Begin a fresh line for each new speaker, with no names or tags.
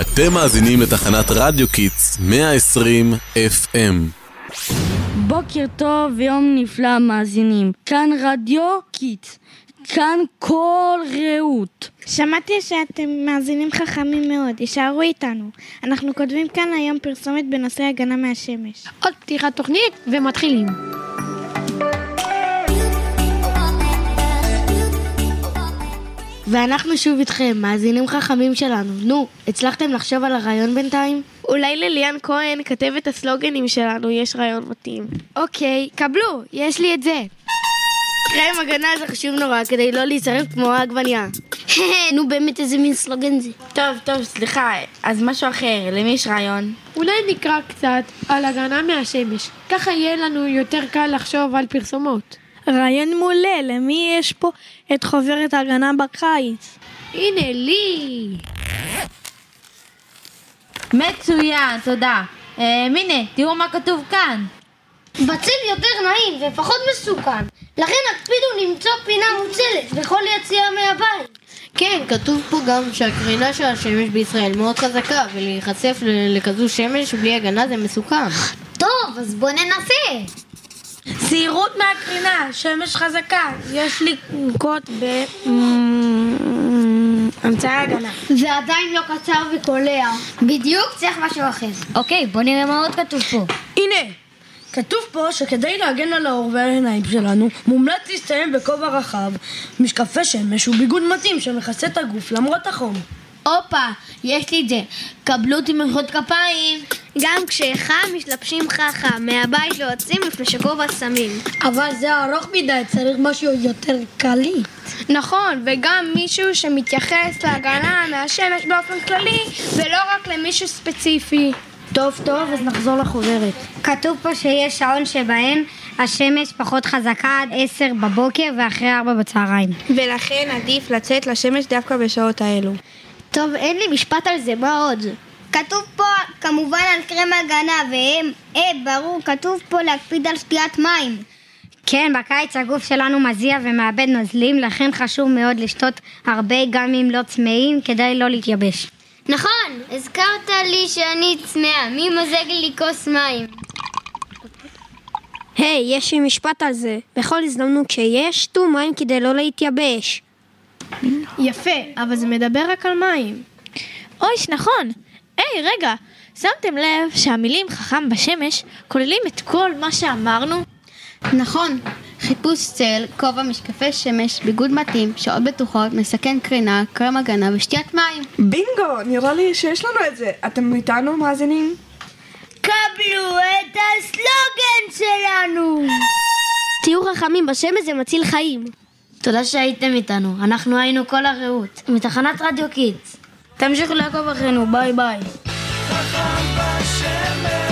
אתם מאזינים לתחנת רדיו קיטס 120 FM.
בוקר טוב, יום נפלא, מאזינים. כאן רדיו קיטס. כאן כל רעות.
שמעתי שאתם מאזינים חכמים מאוד, יישארו איתנו. אנחנו כותבים כאן היום פרסומת בנושא הגנה מהשמש.
עוד פתיחת תוכנית ומתחילים.
ואנחנו שוב איתכם, מאזינים חכמים שלנו. נו, הצלחתם לחשוב על הרעיון בינתיים?
אולי לליאן כהן, כתבת הסלוגנים שלנו, יש רעיון מתאים.
אוקיי, קבלו, יש לי את זה.
קרם הגנה זה חשוב נורא, כדי לא להישרף כמו העגבנייה. נו באמת, איזה מין סלוגן זה.
טוב, טוב, סליחה, אז משהו אחר, למי יש רעיון?
אולי נקרא קצת על הגנה מהשמש. ככה יהיה לנו יותר קל לחשוב על פרסומות.
רעיון מעולה, למי יש פה את חוברת הגנה בקיץ?
הנה, לי!
מצוין, תודה. אה, הנה, תראו מה כתוב כאן.
בצל יותר נעים ופחות מסוכן, לכן הקפידו למצוא פינה מוצלת בכל יציאה מהבית.
כן, כתוב פה גם שהקרינה של השמש בישראל מאוד חזקה, ולהיחשף ל- לכזו שמש בלי הגנה זה מסוכן.
טוב, אז בוא ננסה.
זהירות מהקרינה, שמש חזקה, יש לנקוט באמצעי הגנה.
זה עדיין לא קצר וקולע.
בדיוק צריך משהו אחר.
אוקיי, בוא נראה מה עוד כתוב פה.
הנה, כתוב פה שכדי להגן על האור והעיניים שלנו, מומלץ להסתיים בכובע רחב, משקפי שמש וביגוד מתאים שמכסה את הגוף למרות החום.
הופה, יש לי את זה. קבלו אותי מחיאות כפיים.
גם כשחם משלבשים חכה, מהבית לא יוצאים לפני שכובע שמים.
אבל זה ארוך מדי, צריך משהו יותר קליט.
נכון, וגם מישהו שמתייחס להגנה מהשמש באופן כללי, ולא רק למישהו ספציפי.
טוב טוב, אז נחזור לחוברת.
כתוב פה שיש שעון שבהן השמש פחות חזקה עד 10 בבוקר ואחרי 4 בצהריים.
ולכן עדיף לצאת לשמש דווקא בשעות האלו.
טוב, אין לי משפט על זה, מה עוד?
כתוב פה כמובן על קרם הגנה, והם, אה, ברור, כתוב פה להקפיד על שתיית מים.
כן, בקיץ הגוף שלנו מזיע ומאבד נוזלים, לכן חשוב מאוד לשתות הרבה, גם אם לא צמאים, כדי לא להתייבש.
נכון, הזכרת לי שאני צמאה, מי מזג לי כוס מים?
היי, hey, יש לי משפט על זה. בכל הזדמנות שיש, שתו מים כדי לא להתייבש.
יפה, אבל זה מדבר רק על מים.
אויש, נכון. היי, רגע, שמתם לב שהמילים חכם בשמש כוללים את כל מה שאמרנו?
נכון, חיפוש צל, כובע, משקפי שמש, ביגוד מתאים, שעות בטוחות, מסכן קרינה, קרם הגנה ושתיית מים.
בינגו, נראה לי שיש לנו את זה. אתם איתנו, מאזינים?
קבלו את הסלוגן שלנו!
תהיו חכמים בשמש זה מציל חיים. תודה שהייתם איתנו, אנחנו היינו כל הרעות, מתחנת רדיו קיטס.
תמשיכו לעקוב אחרינו, ביי ביי.
חכם בשמש